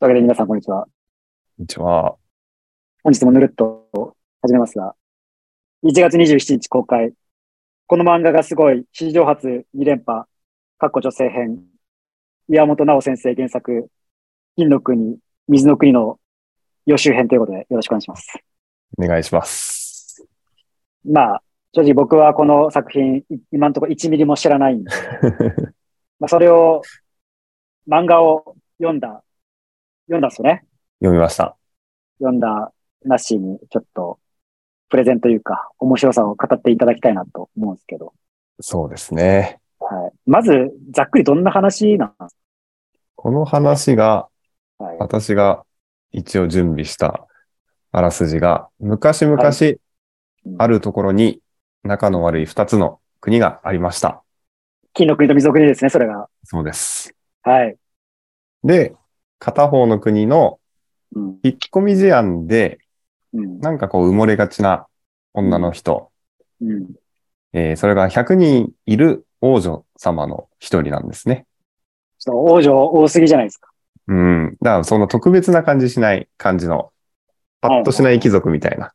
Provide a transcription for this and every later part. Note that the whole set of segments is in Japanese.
というわけで皆さん、こんにちは。こんにちは。本日もぬるっと始めますが、1月27日公開。この漫画がすごい、史上初2連覇、かっこ女性編。岩本直先生原作、金の国、水の国の予習編ということでよろしくお願いします。お願いします。まあ、正直僕はこの作品、い今のところ1ミリも知らないんで、まあ、それを、漫画を読んだ、読んだんですよね。読みました。読んだなしに、ちょっと、プレゼンというか、面白さを語っていただきたいなと思うんですけど。そうですね。はい。まず、ざっくりどんな話なんですこの話が、かはい。私が一応準備したあらすじが、昔々、はあるところに仲の悪い二つの国がありました。金の国と水の国ですね、それが。そうです。はい。で、片方の国のうん。引っ込み事案で、うん。なんかこう埋もれがちな女の人、うん。えーそれが100人いる王女様の一人なんですね。ちょっと、王女多すぎじゃないですか。うん。だからその特別な感じしない感じの、パッとしない貴族みたいな。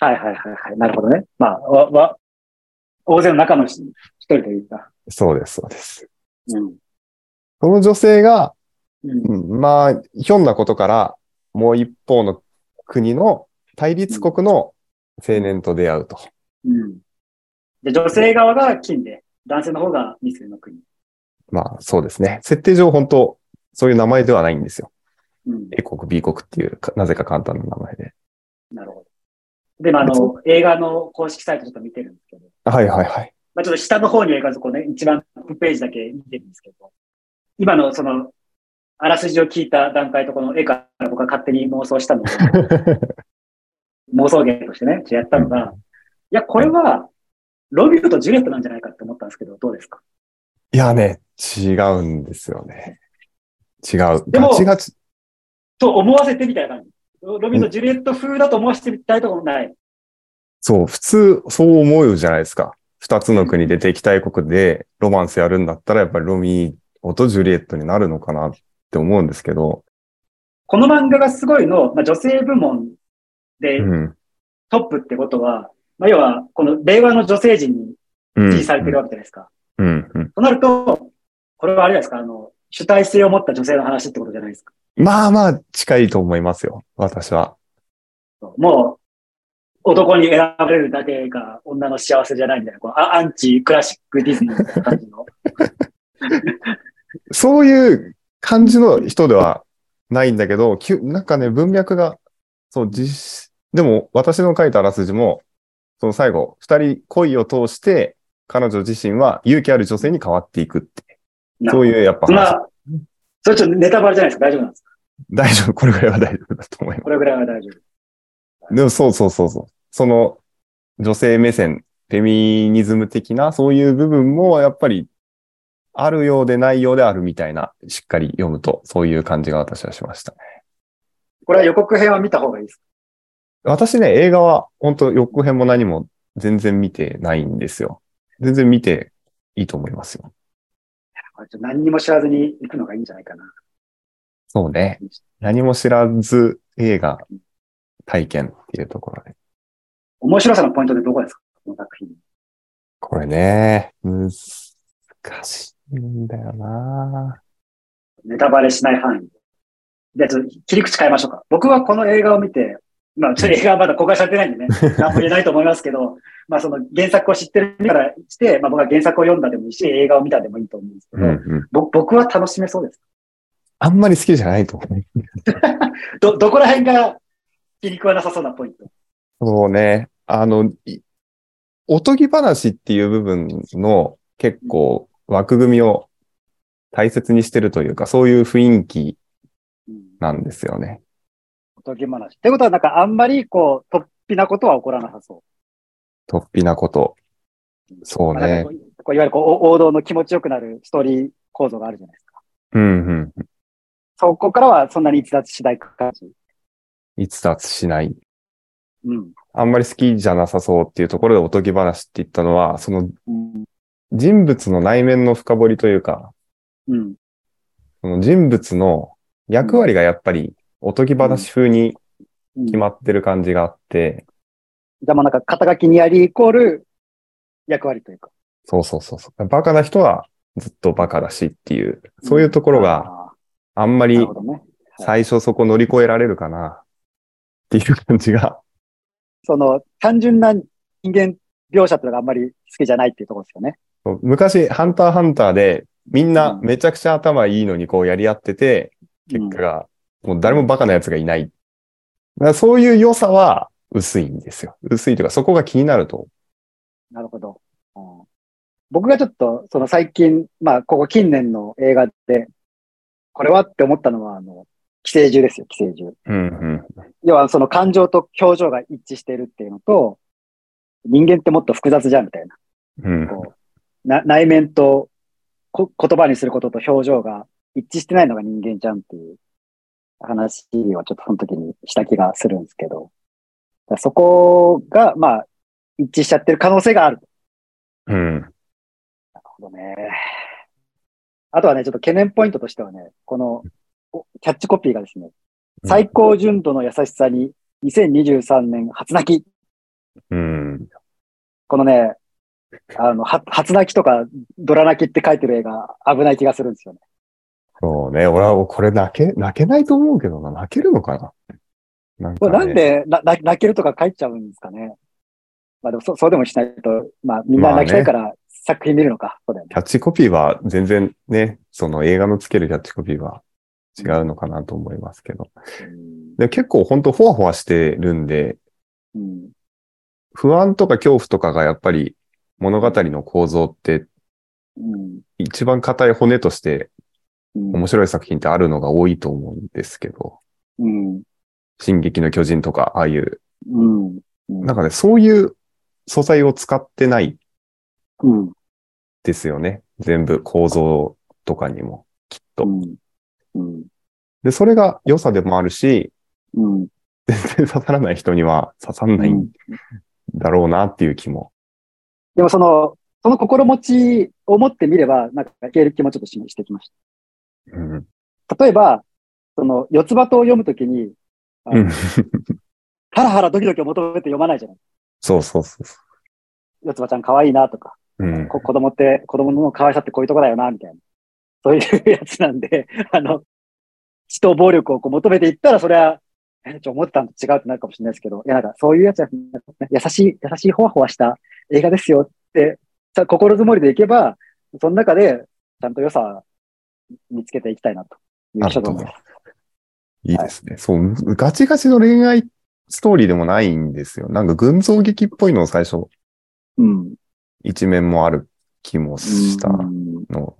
はいはいはいはい。なるほどね。まあ、わ、わ、大勢の中の一人というか。そうです、そうです。うん。その女性が、うん。うんまあ、ひょんなことから、もう一方の国の対立国の青年と出会うと。うん。で、女性側が金で、男性の方が水の国。まあ、そうですね。設定上、本当そういう名前ではないんですよ。うん。 A 国、B 国っていうか、なぜか簡単な名前で。なるほど。で、まあ、あの、映画の公式サイトちょっと見てるんですけど、はいはいはい。まあ、ちょっと下の方に映画のとこね、一番トップページだけ見てるんですけど、今のその、あらすじを聞いた段階とこの絵から僕は勝手に妄想した のを、妄想芸としてね、ちょっとやったのが、いや、これは、ロミオとジュリエットなんじゃないかって思ったんですけど、どうですかいやね、違うんですよね。違う。でもガチガチ。と思わせてみたいな感じ。ロロミオとジュリエット風だと思わせてみたいとこもない。そう、普通、そう思うじゃないですか。二つの国で敵対国でロマンスやるんだったら、やっぱりロミオとジュリエットになるのかなって思うんですけど。この漫画がすごいの、まあ、女性部門でうん。トップってことは、まあ、要は、この令和の女性陣にうん。支持されてるわけじゃないですか。うん。うん。となると、これはあれですか、あの、主体性を持った女性の話ってことじゃないですか。まあまあ、近いと思いますよ。私は。もう、男に選ばれるだけが女の幸せじゃないみたいな、こうアアンチクラシックディズニーみたいな感じの。そういう感じの人ではないんだけど、きゅなんかね、文脈が、そう、実、でも私の書いたあらすじも、その最後、二人恋を通して、彼女自身は勇気ある女性に変わっていくって。 そうう。いう、やっぱ話まあ、それちょっとネタバレじゃないですか。大丈夫なんですか大丈夫、 これぐらいは大丈夫だと思いまこれぐらいは大丈夫。す。でもそうそうそうそう。その女性目線、フェミニズム的な、そういう部分もやっぱりあるようでないようであるみたいな、しっかり読むと、そういう感じが私はしましたね。これは予告編は見た方がいいです。私ね、映画は本当予告編も何も全然見てないんですよ。全然見ていいと思いますよ。これちょっと何にも知らずに行くのがいいんじゃないかな。そうね。何も知らず映画体験っていうところで。面白さのポイントでどこですかこの作品。これね、難しいんだよなネタバレしない範囲で。で、ちょっと切り口変えましょうか。僕はこの映画を見て、まあ、ちょっと映画はまだ公開されてないんで ね、何も言えないと思いますけど、まあ、その原作を知ってるからして、まあ、僕は原作を読んだでもいいし、映画を見たでもいいと思うんですけど、ぼ僕は楽しめそうです。あんまり好きじゃないと思う。ど、どこら辺が切り食わなさそうなポイントそうね。あの、いおとぎ話っていう部分の結構枠組みを大切にしてるというか、そういう雰囲気うん。なんですよね。おとぎ話。ってことは、なんかあんまり、こう、突飛なことは起こらなさそう。突飛なこと。そうまあなんねか。こうこういわゆるこうお王道の気持ちよくなるストーリー構造があるじゃないですか。うんうん。そこからはそんなに逸脱しない感じ。逸脱しない。うん。あんまり好きじゃなさそうっていうところでおとぎ話って言ったのは、そのうん。人物の内面の深掘りというか、うん。その人物の役割がやっぱりおとぎ話風にうん決まってる感じがあって、じゃあもうなんか肩書きにありイコール役割というか。そうそうそうそう。バカな人はずっとバカだしっていう、そういうところがああんまー。なりるほどね。最初そこ乗り越えられるかなっていう感じが。その単純な人間描写っていうのがあんまり好きじゃないっていうところですよね。そう昔、ハンターハンターでみんなうんめちゃくちゃ頭いいのにこうやり合ってて、結果が、もう誰もバカなやつがいない。だからそういう良さは薄いんですよ。薄いというか、そこが気になると。うんなるほど。うん僕がちょっと、その最近、まあ、ここ近年の映画で、これはって思ったのは、あの、寄生獣ですよ、寄生獣。うんうん。要はその感情と表情が一致しているっていうのと、人間ってもっと複雑じゃんみたいな。うん。こうな内面とこ言葉にすることと表情が一致してないのが人間じゃんっていう話をちょっとその時にした気がするんですけど、だからそこが、まあ、一致しちゃってる可能性がある。うん。なるほどね。あとはね、ちょっと懸念ポイントとしてはね、このおキャッチコピーがですね、うん最高純度の優しさに2023年初泣き。うん。このね、あの、は初泣きとかドラ泣きって書いてる映画危ない気がするんですよね。そうね。俺はもうこれ泣け、泣けないと思うけどな。泣けるのかななんこれかねなんでなな泣けるとか書いちゃうんですかね。まあでもそ、そうでもしないと、まあみんな泣きたいから作品見るのか。そうだよねキ。ャッチコピーは全然ね、その映画のつけるキャッチコピーは違うのかなと思いますけど。で結構本当ほわほわしてるんで、うんうん不安とか恐怖とかがやっぱり物語の構造ってうん一番硬い骨としてうん面白い作品ってあるのが多いと思うんですけど、うん進撃の巨人とか、ああいう、うんうんなんかね、そういう素材を使ってないうんですよね。全部構造とかにも。とうんうんで、それが良さでもあるし、 うん全然刺さらない人には刺さんないんだろうなっていう気も。でもその、その心持ちを持ってみれば、なんかいける気もちょっとししてきましうん。た。例えば、その、四つ葉とを読むときに、あうんハラハラドキドキを求めて読まないじゃない。そうそうそうそ四つ葉ちゃん可愛いなとか、う。うん。こ子供って、子供の可愛さってこういうとこだよな、みたいな。そういうやつなんで、 あの、人暴力をこう求めていったら、それは、えちょ、思ってたのと違うってなるかもしれないですけど、いや、なんかそういうやつは、ね優しい、優しいほわほわした映画ですよって、さ心づもりでいけば、その中で、ちゃんと良さは見つけていきたいなという所存なでるいいですね。そう、ガチガチの恋愛ストーリーでもないんですよ。なんか群像劇っぽいのを最初、うん。一面もある気もしたうんいの。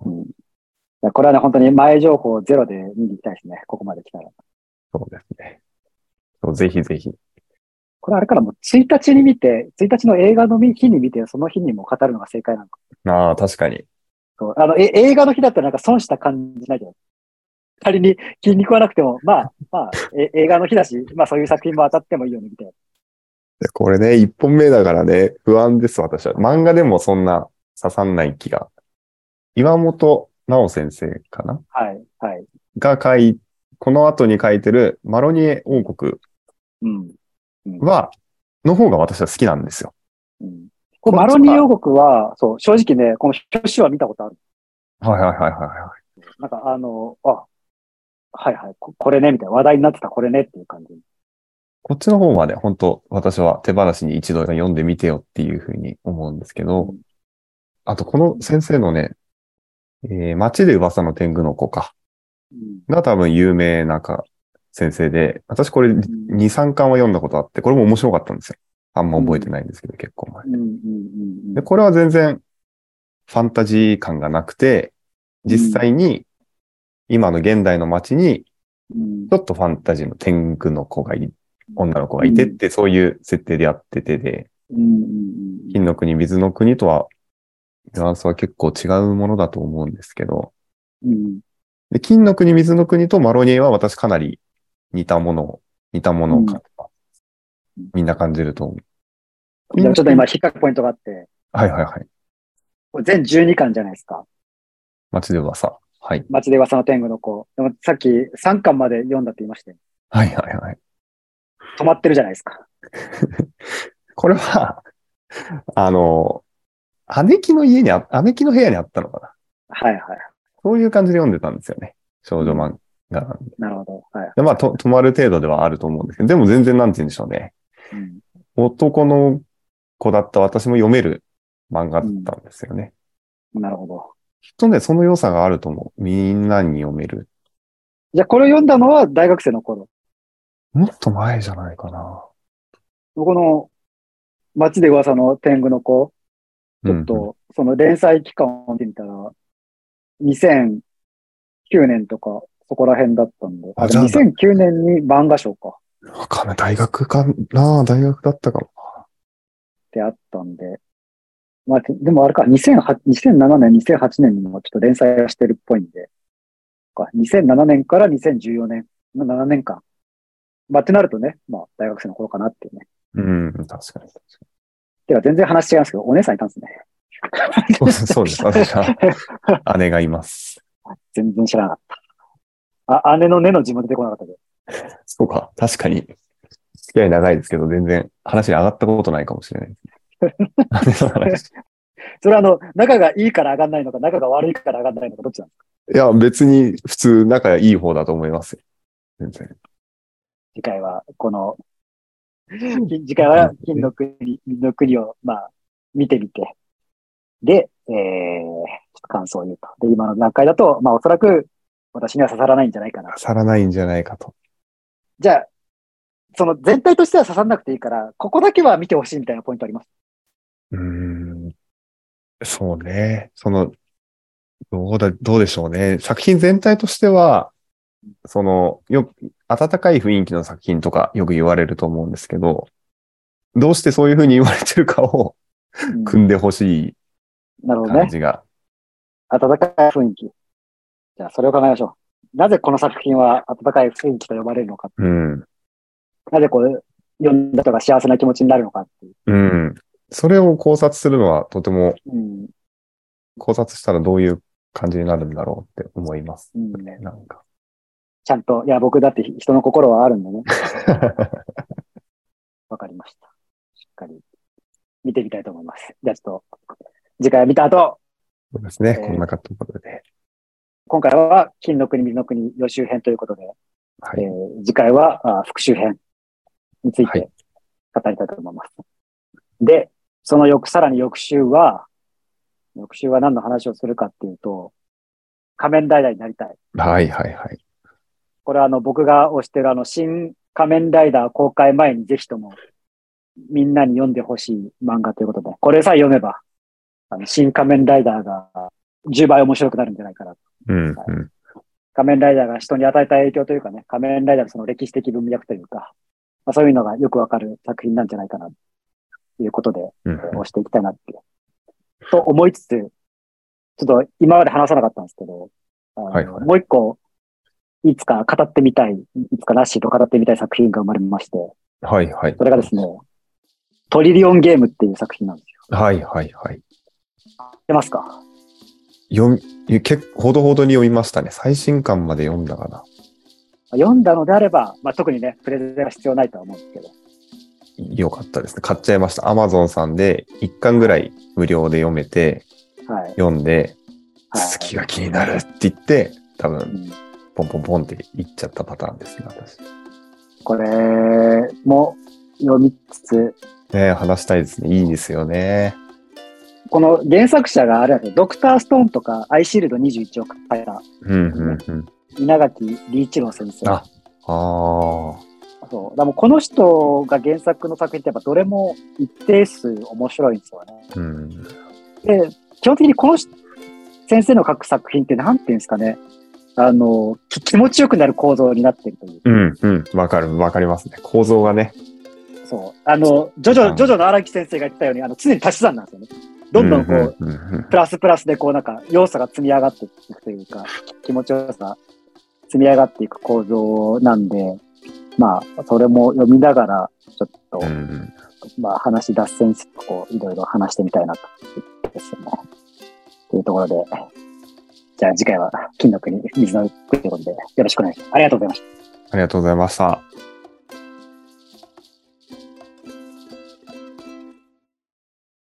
やこれはね、本当に前情報ゼロで見に行きたいですね。ここまで来たら。そうですね。そうぜひぜひ。これあれからもう1日に見て、1日の映画の日に見て、その日にも語るのが正解なのか。ああ、確かに。そうあの、え映画の日だったらなんか損した感じないじゃない仮に気に食わなくても、まあ、まあ、え映画の日だし、まあそういう作品も当たってもいいよね、みたいな。これね、一本目だからね、不安です、私は。漫画でもそんな刺さんない気が。岩本直先生かなはい、はい。が書い、この後に書いてるマロニエ王国うん。うんは、の方が私は好きなんですよ。うん、これマロニー王国は、そう、正直ね、この表紙は見たことある。はいはいはいはいはい。なんかあの、あ、はいはい、ここれね、みたいな。話題になってたこれねっていう感じ。こっちの方はね、本当私は手放しに一度読んでみてよっていうふうに思うんですけど、うんあとこの先生のね、えー、街で噂の天狗の子か、うん。が多分有名なか先生で、私これ2、ん3巻は読んだことあって、これも面白かったんですよ。あんま覚えてないんですけど、結構前。うん、うん、うんで、これは全然ファンタジー感がなくて、実際に今の現代の街にうん。ちょっとファンタジーの天狗の子がい、女の子がいてって、そういう設定でやっててで、うん、うん、うん。金の国、水の国とは、ニュアンスは結構違うものだと思うんですけど、うん。で金の国、水の国とマロニエは私かなり似たものを、似たものを感じますうんみんな感じると思う。でもちょっと今、引っかくポイントがあって、はいはいはい。これ全12巻じゃないですか。街で噂。はい。街で噂の天狗の子。でもさっき3巻まで読んだって言いましたよ。はいはいはい。止まってるじゃないですか。これは、あの、姉貴の家にあ、姉貴の部屋にあったのかな。はいはい。そういう感じで読んでたんですよね。少女漫画なんで。なるほど。はい。でまあ、と、止まる程度ではあると思うんですけど、でも全然なんて言うんでしょうね。うん、男の子だった私も読める漫画だったんですよね。なるほど。きっとね、その良さがあると思う。みんなに読める。じゃあこれを読んだのは大学生の頃。もっと前じゃないかな。この街で噂の天狗の子。ちょっうんうんと、その連載期間を見てみたら、2009年とか、そこら辺だったんで。ああ、じゃあ2009年に漫画賞か。っわかんない。大学かな大学だったかも。てあったんで。まあ、でもあれか、2008 2007年、2008年にもちょっと連載はしてるっぽいんで。か2007年から2014年、まあ7年間。まあ、ってなるとね、まあ、大学生の頃かなっていうね。うん、確かに確かてか、全然話違いますけど、お姉さんいたんですね。に。そうです、そうです。私 は姉がいます。全然知らなかった。あ、姉の根の字も出てこなかったけど。そうか。確かに。付き合い長いですけど、全然話に上がったことないかもしれないですね姉の話。それはあの、仲がいいから上がんないのか、仲が悪いから上がんないのか、どっちなのいや、別に普通仲いい方だと思いますよ。全然。次回は、この、金次回は金の国、金の国を、まあ、見てみて。で、えー、ちょっと感想を言うと。で、今の段階だと、まあ、おそらく、私には刺さらないんじゃないかな。刺さらないんじゃないかと。じゃあ、その全体としては刺さんなくていいから、ここだけは見てほしいみたいなポイントあります。うーん。そうね。その、どうだ、どうでしょうね。作品全体としては、その、よく、温かい雰囲気の作品とかよく言われると思うんですけど、どうしてそういうふうに言われてるかをうん組んでほしいなるほど感ね。じが。温かい雰囲気。じゃあ、それを考えましょう。なぜこの作品は温かい雰囲気と呼ばれるのか。うん。なぜこう、読んだ人が幸せな気持ちになるのかっていう。うん。それを考察するのはとても、うん。考察したらどういう感じになるんだろうって思います。うん、な んか。ちゃんと、いや、僕だって人の心はあるんだね。 わかりました。しっかり見てみたいと思います。じゃあちょっと、次回見た後、そうですね。えーこんなかということで。今回は金の国、水の国予習編ということで、はえい。ー次回はあ復習編についはいて語りたいと思います。で、その翌、さらに翌週は、翌週は何の話をするかっていうと、仮面ライダーになりたい。はいはいはい。これはあの僕が推してるあの新仮面ライダー公開前にぜひともみんなに読んでほしい漫画ということで、これさえ読めば、あの新仮面ライダーが10倍面白くなるんじゃないかな。うん、はいうん。仮面ライダーが人に与えた影響というかね、仮面ライダーのその歴史的文脈というか、まあ、そういうのがよくわかる作品なんじゃないかな、ということで、うえんー推していきたいなって、と思いつつ、ちょっと今まで話さなかったんですけど、あのはいはいもう一個、いつか語ってみたい、いつかラッシーと語ってみたい作品が生まれまして、はいはい。それがですね、トリリオンゲームっていう作品なんですよ。はいはいはい。知ってますか読み、結構ほどほどに読みましたね。最新刊まで読んだかな。読んだのであれば、まあ、特にね、プレゼンは必要ないとは思うんですけど、よかったですね。買っちゃいました。アマゾンさんで1巻ぐらい無料で読めて、はい。読んで、はい続きが気になるって言って、多う分、んポンポンポンっていっちゃったパターンですね、私。これも読みつつ、ねえ話したいですね。いいですよね。この原作者があれだと、ドクターストーンとか、アイシールド21を書いたうん、うん、うん。稲垣理一郎先生。あああ。そう。でもうこの人が原作の作品ってやっぱどれも一定数面白いんですよね。うん。で、基本的にこの人先生の書く作品ってなんていうんですかね。あの、き気持ちよくなる構造になってるという。うん、うん。わかる、わかりますね。構造がね。そう。あの、ジョジョ、ジョジョの荒木先生が言ってたように、あの、常に足し算なんですよね。どんどんこう、うん、うんうんうんプラスプラスでこうなんか要素が積み上がっていくというか、気持ちよさが積み上がっていく構造なんで、まあ、それも読みながら、ちょっと、うんまあ話脱線して、こう、いろいろ話してみたいなと。ですね。というところで、じゃあ次回は金の国、水の国ということで、よろしくお願いします。ありがとうございました。ありがとうございました。